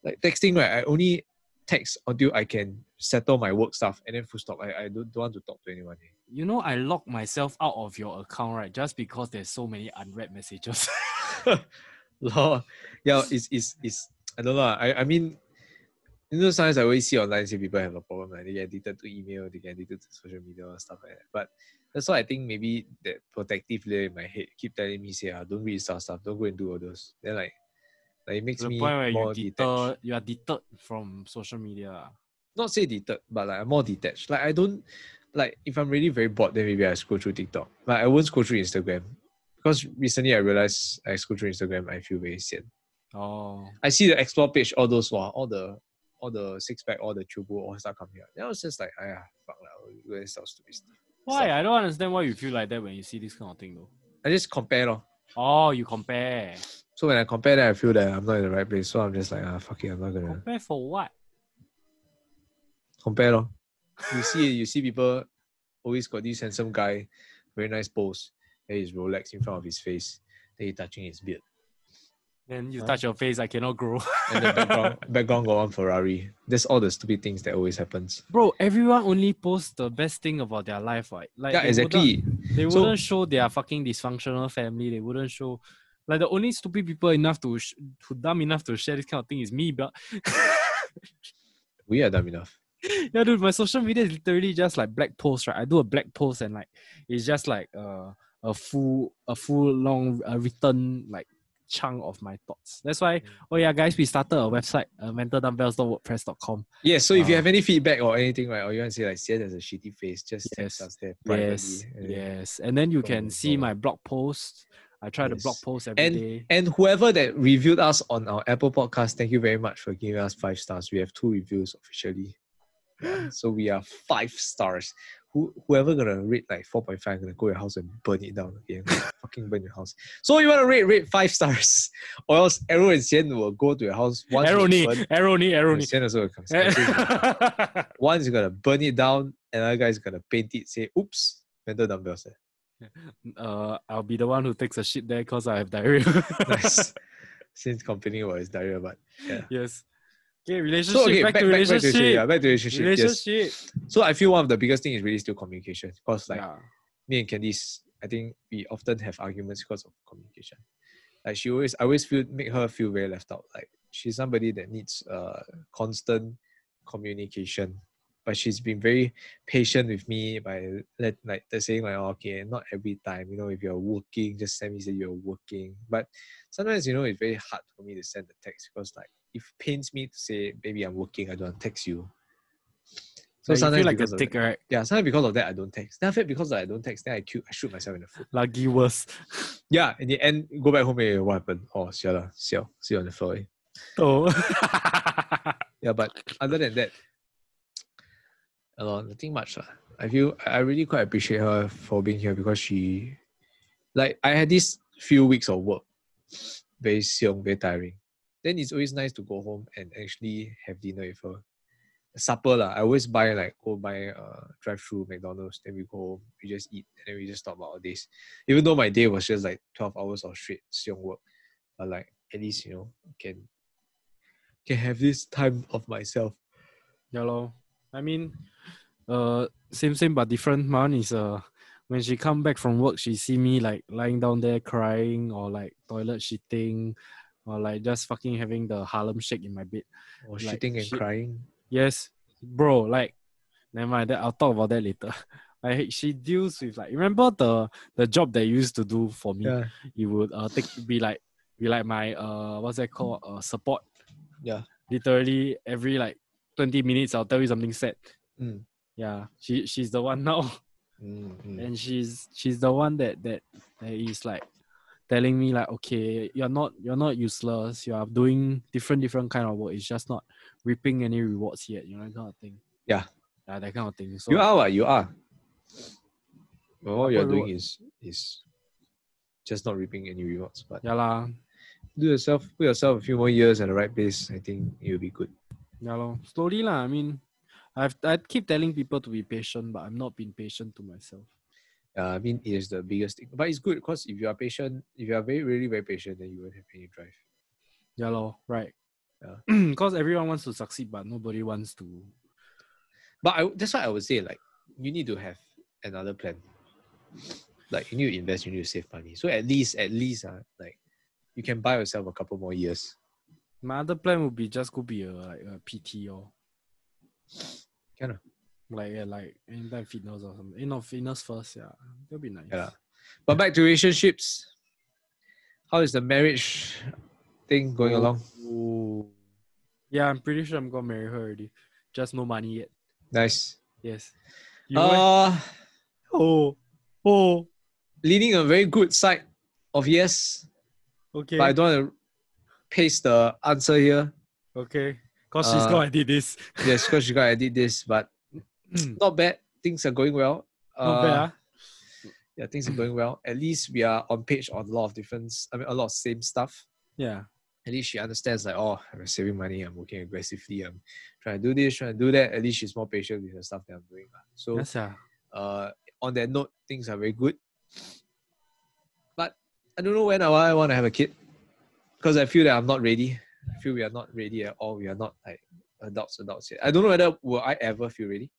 S1: like texting, right? I only text until I can settle my work stuff and then full stop. I, I don't, don't want to talk to anyone. eh.
S3: You know, I locked myself out of your account right just because there's so many unread messages.
S1: Lord. Yeah, it's it's it's I don't know. ah, I, I mean You know, sometimes I always see online say people have a problem, like they get addicted to email, they get addicted to social media and stuff like that. But that's why I think maybe that protective layer in my head keep telling me say, ah, don't read stuff stuff, don't go and do all those. Then like, like it makes
S3: To
S1: me
S3: the point where you
S1: more detached.
S3: deter, you are deterred from social media. ah.
S1: Not say deterred, but like I'm more detached. Like I don't like if I'm really very bored, then maybe I scroll through TikTok. But I won't scroll through Instagram. Because recently I realized I scroll through Instagram, I feel very sad.
S3: Oh,
S1: I see the explore page, all those wow, all the all the six pack, all the chubu, all start coming out. Then I was just like, ah, fuck lah, we going sell stupid stuff.
S3: why? I don't understand why you feel like that when you see this kind of thing though.
S1: I just compare lor.
S3: Oh, you compare.
S1: So when I compare that, I feel that I'm not in the right place. So I'm just like, ah, fuck it, I'm not gonna
S3: Compare for what?
S1: compare lor. You see, you see people always got this handsome guy, very nice pose. There is Rolex in front of his face. Then he touching his beard.
S3: Then you
S1: Huh?
S3: touch your face, I cannot grow.
S1: And the background, background got one Ferrari. That's all the stupid things that always happens.
S3: Bro, everyone only posts the best thing about their life, right? Like
S1: Yeah,
S3: they
S1: exactly.
S3: wouldn't- They
S1: So-
S3: wouldn't show their fucking dysfunctional family. They wouldn't show like the only stupid people enough to sh- who dumb enough to share this kind of thing is me. But
S1: We are dumb enough.
S3: yeah, dude, my social media is literally just like black posts, right? I do a black post and like it's just like uh, a full a full long uh, written like chunk of my thoughts. That's
S1: Mm.
S3: why. Oh yeah, guys, we started a website, uh, mentaldumbbells.wordpress.com.
S1: Yeah, so if you
S3: Uh,
S1: have any feedback or anything, right, or you want to say like Sian has a shitty face, just text
S3: Yes,
S1: us there privately.
S3: Yes,
S1: and-
S3: yes, and then you
S1: Follow,
S3: can see
S1: follow.
S3: my blog post. I try to blog
S1: Yes.
S3: post every day.
S1: And whoever that reviewed us on our Apple podcast, thank you very much for giving us five stars. We have two reviews officially. Yeah, so we are five stars. Who whoever gonna rate like 4.5 gonna go your house and burn it down again. fucking burn your house. So you wanna rate rate five stars. Or else Arrow and Sian will go to your house once.
S3: Arrow
S1: it's
S3: knee,
S1: burnt,
S3: arrow knee, arrow
S1: and
S3: knee.
S1: Sian also will come.
S3: Eh.
S1: One's gonna burn it down, another guy's gonna paint it, say, oops, mental dumbbells. there."
S3: uh, I'll be the one who takes a shit there because I have diarrhea.
S1: Nice. Since complaining about his diarrhea, but
S3: yes. Okay, relationship.
S1: so okay, back,
S3: back,
S1: back,
S3: to
S1: back,
S3: relationship.
S1: to relationship. yeah, back to relationship. Yes.
S3: relationship.
S1: So I feel one of the biggest thing is really still communication. Because like
S3: yeah.
S1: me and Candice, I think we often have arguments because of communication. Like she always, I always feel make her feel very left out. Like she's somebody that needs uh constant communication. But she's been very patient with me by let like the saying like "Oh, okay, not every time. You know, if you're working, just send me say you're working. But sometimes you know it's very hard for me to send the text because like it pains me to say maybe I'm working. I don't want to text you.
S3: So you feel like
S1: because
S3: a
S1: of that-
S3: dick, right?
S1: yeah, sometimes because of that I don't text. Then after that, because I don't text, then I cute, I shoot myself in the foot.
S3: Lagi worse.
S1: Yeah, in the end, go back home and what happened? Oh, siao lah, siao, see on the floor. eh.
S3: Oh.
S1: Yeah, but other than that, a lot, nothing much lah. I feel I I really quite appreciate her for being here because she, like, I had these few weeks of work, very siong, very tiring. Then it's always nice to go home and actually have dinner with her. Supper lah. I always buy like go buy uh drive through McDonald's. Then we go home, we just eat, and then we just talk about our days. Even though my day was just like twelve hours of straight siong work, but like at least you know can can have this time of myself.
S3: yeah, lor. I mean, uh, same same but different. My one is uh, when she come back from work, she see me like lying down there crying or like toilet shitting, or like just fucking having the Harlem shake in my bed.
S1: Or
S3: Like,
S1: shitting and
S3: shit.
S1: crying.
S3: Yes, bro. Like, never mind. That I'll talk about that later. Like she deals with like remember the the job that you used to do for me.
S1: Yeah.
S3: You would uh take be like be like my uh what's that called uh support.
S1: Yeah.
S3: Literally every like twenty minutes, I'll tell you something sad.
S1: Mm.
S3: Yeah, she she's the one now,
S1: Mm-hmm.
S3: and she's she's the one that that that is like telling me like okay you're not you're not useless you are doing different different kind of work it's just not reaping any rewards yet you know that kind of thing
S1: Yeah.
S3: yeah that kind of thing so
S1: You are what you are. But what you're
S3: Upper
S1: doing is is just not reaping any rewards. But
S3: yeah lah
S1: do yourself put yourself a few more years at the right place. I think you'll be good.
S3: yeah lor. slowly lah I mean I've I keep telling people to be patient but I'm not being patient to myself
S1: Uh, I mean it is the biggest thing. But it's good because if you are patient, if you are very really very patient, then you won't have any drive.
S3: yeah lor, right
S1: Yeah.
S3: because everyone wants to succeed but nobody wants to
S1: But I, that's why I would say like you need to have another plan. Like you need to invest, ah, you need to save money. So at least, at least, uh, like you can buy yourself a couple more years.
S3: My other plan would be just go be a like a PT or
S1: Can ah.
S3: like yeah, like anytime fitness or something. You know, fitness first, yeah. That'd be nice.
S1: Yeah. But back to relationships. How is the marriage thing going along?
S3: Yeah, I'm pretty sure I'm gonna marry her already. Just no money yet.
S1: Nice.
S3: Yes. You eh?
S1: Uh,
S3: oh, oh,
S1: leading a very good side of yes,
S3: okay,
S1: but I don't want to paste the answer here.
S3: okay. Cause she's
S1: Uh,
S3: gonna did this.
S1: Yes, because you gotta edit this, but not bad. Things are going well.
S3: Not bad.
S1: Uh,
S3: ah.
S1: Yeah, things are going well. At least we are on page on a lot of different. I mean, a lot of same stuff.
S3: Yeah.
S1: At least she understands, like, oh, I'm saving money. I'm working aggressively. I'm trying to do this, trying to do that. At least she's more patient with the stuff that I'm doing. lah. So
S3: Yes, yeah.
S1: uh, on that note, things are very good. But I don't know when I want to have a kid because I feel that I'm not ready. I feel we are not ready at all. We are not like adults, adults yet. I don't know whether will I ever feel ready,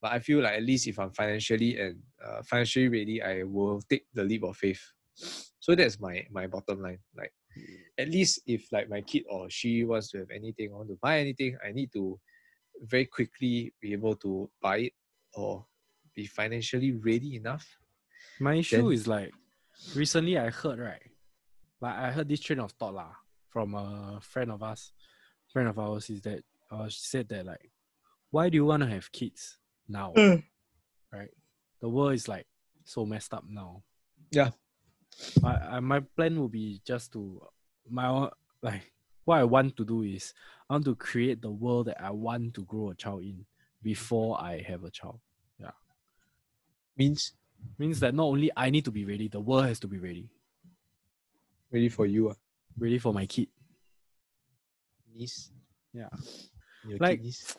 S1: but I feel like at least if I'm financially and uh, financially ready, I will take the leap of faith. So that's my my bottom line. Like at least if like my kid or she wants to have anything, want to buy anything, I need to very quickly be able to buy it or be financially ready enough.
S3: My issue
S1: Then-
S3: is like recently I heard right, like I heard this train of thought lah from a friend of us, friend of ours is that uh, she said that like, why do you want to have kids now?
S1: Hmm.
S3: right, the world is like so messed up now.
S1: Yeah.
S3: My I, my plan would be just to my own- like what I want to do is I want to create the world that I want to grow a child in before I have a child.
S1: Means
S3: Means that not only I need to be ready, the world has to be ready.
S1: ready for you, uh,
S3: ready for my kid.
S1: niece.
S3: Yeah.
S1: Your
S3: Like-
S1: kid niece.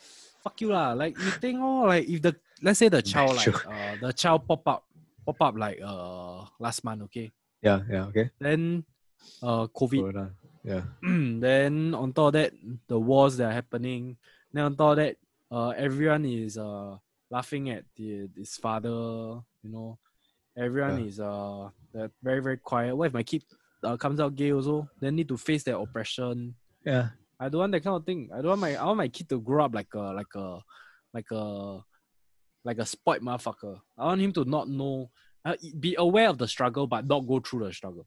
S3: Fuck you lah. Like you think oh like if the let's say the child like
S1: Sure.
S3: uh, the child pop up pop up like uh last month, okay.
S1: Yeah, yeah, okay.
S3: Then uh COVID
S1: Corona. Yeah.
S3: then on top of that the wars that are happening. Then on top of that uh everyone is uh laughing at the his father, you know. Everyone
S1: Yeah.
S3: is uh they're very, very quiet. What if my kid uh, comes out gay also? Then need to face their oppression.
S1: Yeah.
S3: I don't want that kind of thing. I don't want my I want my kid to grow up like a like a like a like a spoiled motherfucker. I want him to not know, uh, be aware of the struggle, but not go through the struggle.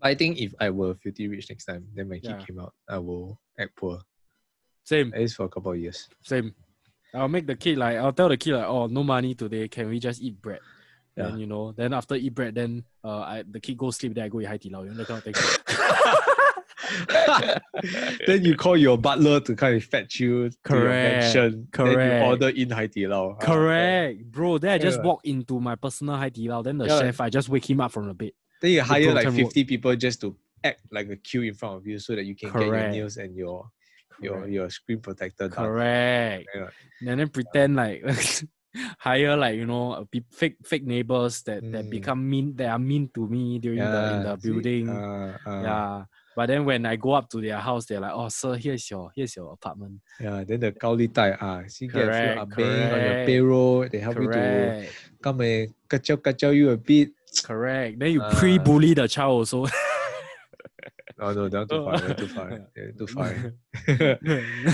S1: But I think if I were filthy rich next time, then my kid
S3: Yeah.
S1: came out, I will act poor.
S3: Same,
S1: At least for a couple of years.
S3: same. I'll make the kid like I'll tell the kid like, oh, no money today. Can we just eat bread?
S1: Yeah.
S3: Then you know, then after eat bread, then uh, I, the kid goes sleep. Then I go eat hai di lao. You know that kind of thing.
S1: Oh, then you call your butler to kind of fetch you to your
S3: Correct,
S1: mansion. Then
S3: correct.
S1: you order in Hai Di Lao. Ah, okay.
S3: Correct, bro. Then I just
S1: Yeah.
S3: walk into my personal hai di lao. Then the
S1: Yeah.
S3: chef, I just wake him up from the bed.
S1: Then you hire
S3: pro
S1: like
S3: can work.
S1: 50 people just to act like a queue in front of you so that you can get your
S3: Correct.
S1: nails and your your
S3: Correct.
S1: your screen protector done.
S3: Correct.
S1: Yeah.
S3: and then pretend like hire like you know a pe- fake fake neighbors that that
S1: Mm.
S3: become mean that are mean to me during the in the
S1: see?
S3: building.
S1: Uh, uh, yeah.
S3: yeah. But then when I go up to their house, they're like, "Oh, sir, here's your here's your apartment."
S1: Then the Kaoli Tai, ah, see, get a
S3: Correct,
S1: few abe on your
S3: correct.
S1: payroll. They help you
S3: correct,
S1: to come and kacau kacau you a bit.
S3: correct. Then you
S1: Uh,
S3: pre-bully the child also.
S1: Oh no, that one too far, that one too far,
S3: Yeah.
S1: yeah, too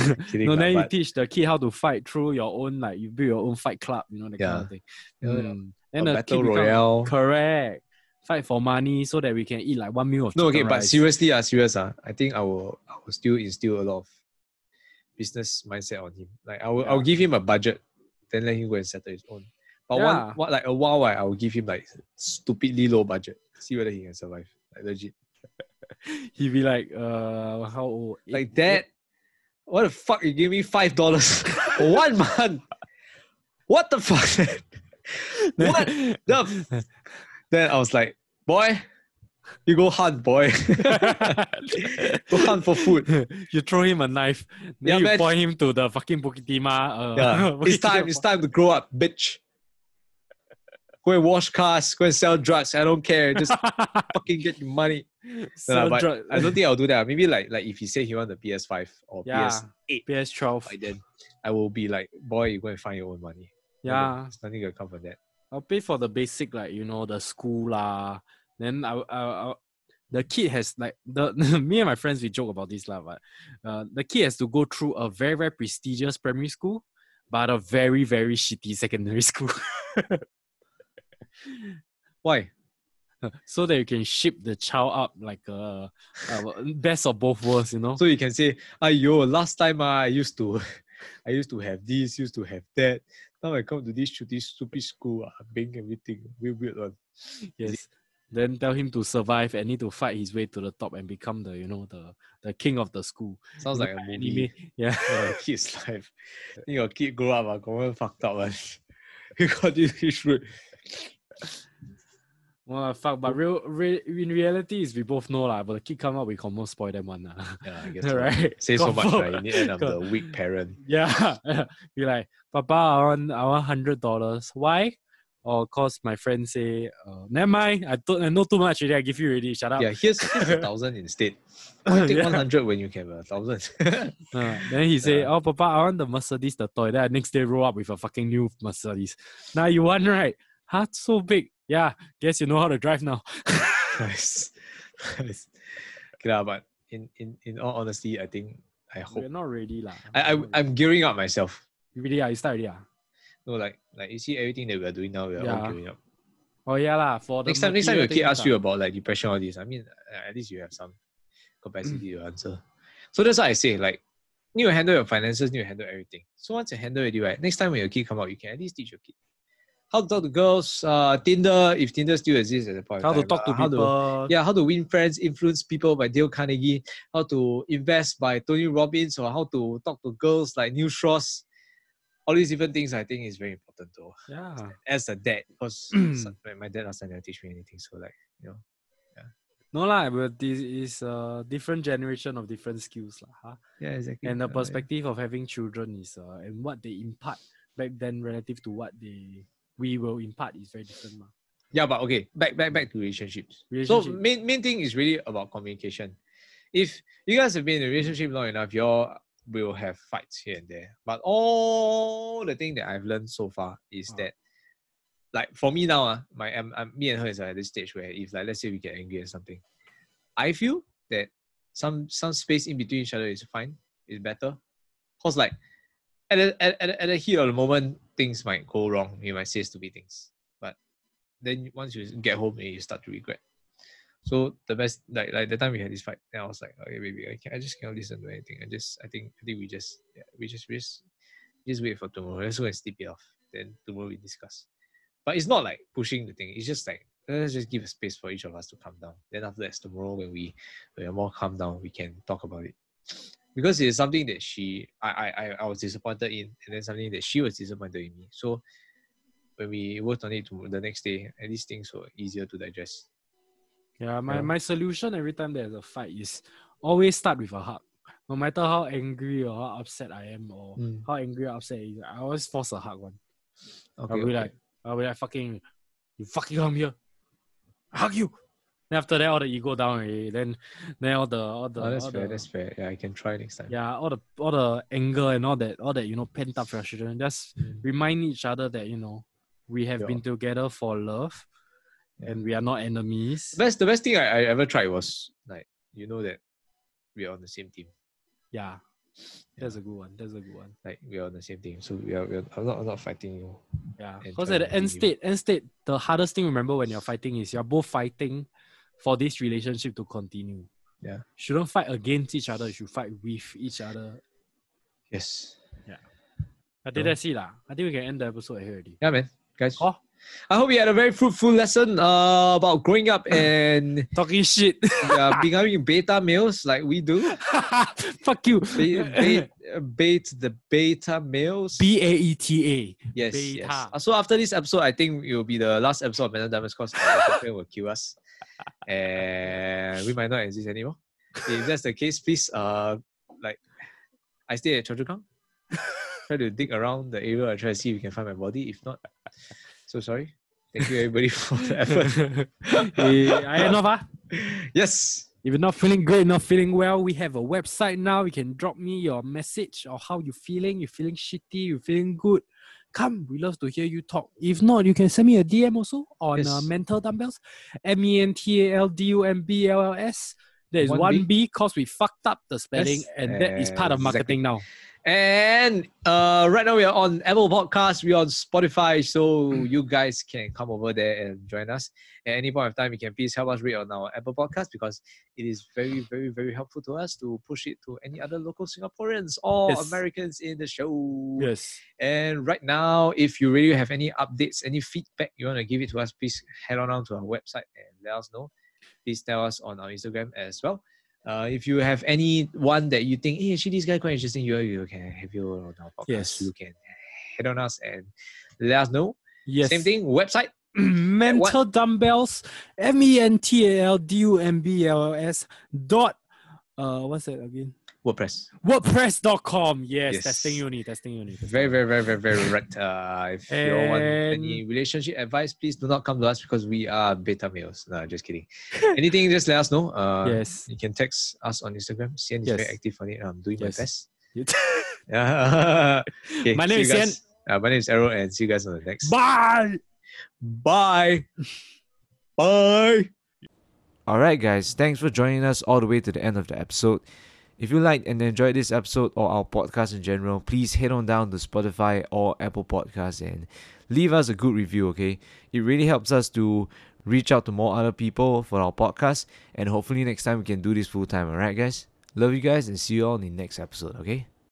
S1: far. Kidding,
S3: no,
S1: lah,
S3: then you
S1: but-
S3: teach the kid how to fight through your own like you build your own fight club, you know that kind
S1: Yeah.
S3: of thing.
S1: Yeah, yeah.
S3: Mm.
S1: a
S3: Then the
S1: battle
S3: kid become-
S1: royale.
S3: Correct. Fight for money so that we can eat like one meal of
S1: No, okay,
S3: chicken
S1: but
S3: rice.
S1: seriously, ah, serious, ah, I think I will, I will still instill a lot of business mindset on him. Like I will, I'll give him a budget, then let him go and settle his own. But
S3: Yeah.
S1: one, what, like a while, ah, I will give him like stupidly low budget. See whether he can survive. Like legit,
S3: he be like, uh, how old? Eight-
S1: like that. What the fuck? You give me five dollars for one month. What the fuck?
S3: eight-
S1: what the? f- Then I was like, boy, you go hunt, boy. go hunt for food.
S3: you throw him a knife,
S1: Yeah,
S3: then you
S1: man.
S3: point him to the fucking Bukit Timah. Uh,
S1: Yeah. it's
S3: Bukit
S1: time. It's
S3: Timah-
S1: time to grow up, bitch. Go and wash cars. Go and sell drugs. I don't care. Just fucking get your money. No, no,
S3: Sell
S1: but
S3: drug-
S1: I don't think I'll do that. Maybe like like if he say he want the PS5 or
S3: yeah.
S1: PS,
S3: PS12.
S1: by then I will be like, boy, you go and find your own money. No, no,
S3: Yeah.
S1: there's nothing gonna come from that.
S3: I'll pay for the basic, like, you know, the school lah. Then I, I, I, the kid has like the me and my friends we joke about this lah, but uh, the kid has to go through a very very prestigious primary school, but a very very shitty secondary school,
S1: Why?
S3: so that you can ship the child up like a, a best of both worlds, you know.
S1: So you can say, "Ayo, last time ah, I used to, I used to have this, used to have that. Now I come to this shitty stupid school, ah, being everything weird weird one."
S3: Yes. Then tell him to survive and need to fight his way to the top and become the you know the the king of the school.
S1: Sounds like a
S3: Anime.
S1: movie.
S3: Yeah.
S1: for a kid's life. Think your kid grow up, ah, confirm fucked up one. you got this this route.
S3: Well, fuck. But real, real in reality is we both know lah. But the kid come out, we confirm spoil them one lah.
S1: Yeah, I guess. so.
S3: right?
S1: Say so much,
S3: Confirm.
S1: right? In the end, I'm the
S3: Con-
S1: weak parent.
S3: Yeah. Be like, Papa, I want, I want hundred dollars. Why? Or cause my friend say, uh, never mind. I don't, I know too much already. I give you already. Shut up.
S1: Yeah, here's, here's a thousand instead. Why take
S3: Yeah.
S1: one hundred when you can have a thousand?
S3: Uh, then he say,
S1: Yeah.
S3: "Oh, Papa, I want the Mercedes, the toy." Then I next day roll up with a fucking new Mercedes. Now you want right? Huh? So big? Yeah. Guess you know how to drive now.
S1: nice, nice. Okay, lah, but in, in in all honesty, I think I hope
S3: We're not ready lah.
S1: I, I
S3: We're not ready.
S1: I'm gearing up myself.
S3: You really are. You start already ah.
S1: No, like like you see everything that we are doing now, we are all
S3: Yeah.
S1: gearing up.
S3: Oh yeah lah. For the
S1: next time, next time your
S3: material
S1: kid
S3: things
S1: asks you
S3: ah.
S1: about like depression all this, I mean, uh, at least you have some
S3: Hmm.
S1: capacity to answer. So that's why I say like, need to handle your finances, need to handle everything. So once you handle it, right, next time when your kid come out, you can at least teach your kid how to talk to girls, uh, Tinder if Tinder still exists at the point. of
S3: how to
S1: time,
S3: talk to
S1: uh, how
S3: people.
S1: yeah, how to win friends, influence people by Dale Carnegie, how to invest by Tony Robbins, or how to talk to girls like Neil Strauss. All these different things I think is very important though.
S3: yeah.
S1: As a dad, because my my dad last time never teach me anything, so like
S3: No lah, but this is a different generation of different skills lah. Huh?
S1: yeah, exactly. Uh,
S3: And the
S1: Yeah, yeah.
S3: perspective of having children is uh, and what they impart back then relative to what they we will impart is very different lah.
S1: Yeah, but okay, back back back to relationships. So
S3: Relationship.
S1: main main thing is really about communication. If you guys have been in a relationship long enough, you all will have fights here and there. But all the thing that I've learned so far is
S3: Ah.
S1: that, like for me now, uh, my um, um, me and her is at this stage where if like let's say we get angry at something, I feel that some some space in between each other is fine, is better, cause like at a, at a, at a heat of the moment, things might go wrong. You might say stupid things, but then you- once you get home, eh, you start to regret. So the best, like like the time we had this fight, then I was like, okay, baby, I, can, I just cannot listen to anything. I just, I think, I think we just, yeah, we just, we just, just wait for tomorrow. Let's go and sleep it off. Then tomorrow we discuss. But it's not like pushing the thing. It's just like let's just give a space for each of us to calm down. Then after that, tomorrow when we when we're more calm down, we can talk about it. Because it is something that she, I, I, I- I was disappointed in, and then something that she was disappointed in me. So when we worked on it to the next day, at least things were easier to digest.
S3: Yeah, my,
S1: Yeah.
S3: my solution every time there's a fight is always start with a hug. No matter how angry or how upset I am or
S1: Mm.
S3: how angry or upset I am, I always force a hug one.
S1: Okay,
S3: I'll be like, I'll be like, fucking, you fucking come here, I hug you. Then after that, all the ego down already. Then, then all the all the,
S1: oh, that's
S3: all
S1: fair.
S3: the-
S1: That's fair. Yeah, I can try next time.
S3: yeah, all the all the anger and all that, all that you know, pent up frustration. Just
S1: Mm.
S3: remind each other that you know we have
S1: Yeah.
S3: been together for love,
S1: Yeah.
S3: and we are not enemies.
S1: The best, the best thing I, I ever tried was like you know that we are on the same team.
S3: yeah, that's a good one. That's a good one.
S1: Like we are on the same team, so we are. We are I'm not. I'm not fighting you.
S3: Yeah,
S1: and
S3: because
S1: try
S3: at
S1: to
S3: the end
S1: continue.
S3: state, end state, the hardest thing remember when you're fighting is you're both fighting for this relationship to continue.
S1: Yeah.
S3: shouldn't fight against each other. You should fight with each other.
S1: Yes.
S3: I think
S1: Yeah.
S3: that's it lah. I think we can end the episode here already.
S1: Yeah, man, guys.
S3: Oh.
S1: I hope you had a very fruitful lesson uh, about growing up and
S3: Talking shit.
S1: uh, becoming beta males like we do.
S3: Fuck you.
S1: Be- bait, uh, bait the beta males.
S3: B A E T A.
S1: Yes, yes.
S3: Beta.
S1: Uh, So after this episode, I think it will be the last episode of Men and Diamonds because our girlfriend will kill us. And we might not exist anymore. If that's the case, please uh like I stay at Choa Chu Kang. try to dig around the area and try to see if you can find my body. If not, so sorry. Thank you everybody for the effort.
S3: Eh, I enough ah.
S1: Yes.
S3: If you're not feeling great, not feeling well, we have a website now. You can drop me your message or how you feeling. You're feeling shitty, you're feeling good. Come, we love to hear you talk. If not, you can send me a DM also on uh,
S1: Yes.
S3: Mental Dumbbells, M E N T A L D U M B L L S. There is
S1: One
S3: one
S1: B.
S3: B because we fucked up the spelling,
S1: Yes.
S3: and that is part of
S1: Exactly.
S3: marketing now.
S1: And uh, right now we are on Apple Podcast, we are on Spotify, so you guys can come over there and join us. At any point of time, you can please help us rate on our Apple Podcast because it is very, very, very helpful to us to push it to any other local Singaporeans or
S3: Yes.
S1: Americans in the show.
S3: Yes.
S1: And right now, if you really have any updates, any feedback you want to give it to us, please head on down to our website and let us know. Please tell us on our Instagram as well. Uh, if you have any one that you think, hey, actually this guy quite interesting, you, you can have you on our podcast.
S3: Yes.
S1: You can head on us and let us know.
S3: Yes.
S1: Same thing, website.
S3: mental dumbbells m e n t a l d u m b l s dot uh what's that again
S1: WordPress.
S3: wordpress.com yes,
S1: Yes.
S3: testing uni testing uni testing
S1: Very,
S3: uni.
S1: very, very, very, very right. Uh, if you want any
S3: And-
S1: relationship advice, please do not come to us because we are beta males. No, just kidding. Anything, just let us know. Uh,
S3: yes
S1: You can text us on Instagram. Sian is
S3: Yes.
S1: very active on it. I'm doing
S3: Yes.
S1: my best.
S3: You-
S1: Okay,
S3: My
S1: see
S3: name
S1: you
S3: is
S1: guys. Uh, my name is Arrow, and see you guys on the next.
S3: bye
S1: Bye. Bye.
S4: Alright, guys, thanks for joining us all the way to the end of the episode. If you liked and enjoyed this episode or our podcast in general, please head on down to Spotify or Apple Podcasts and leave us a good review, okay? It really helps us to reach out to more other people for our podcast, and hopefully, next time we can do this full time, alright, guys? Love you guys and see you all in the next episode, okay?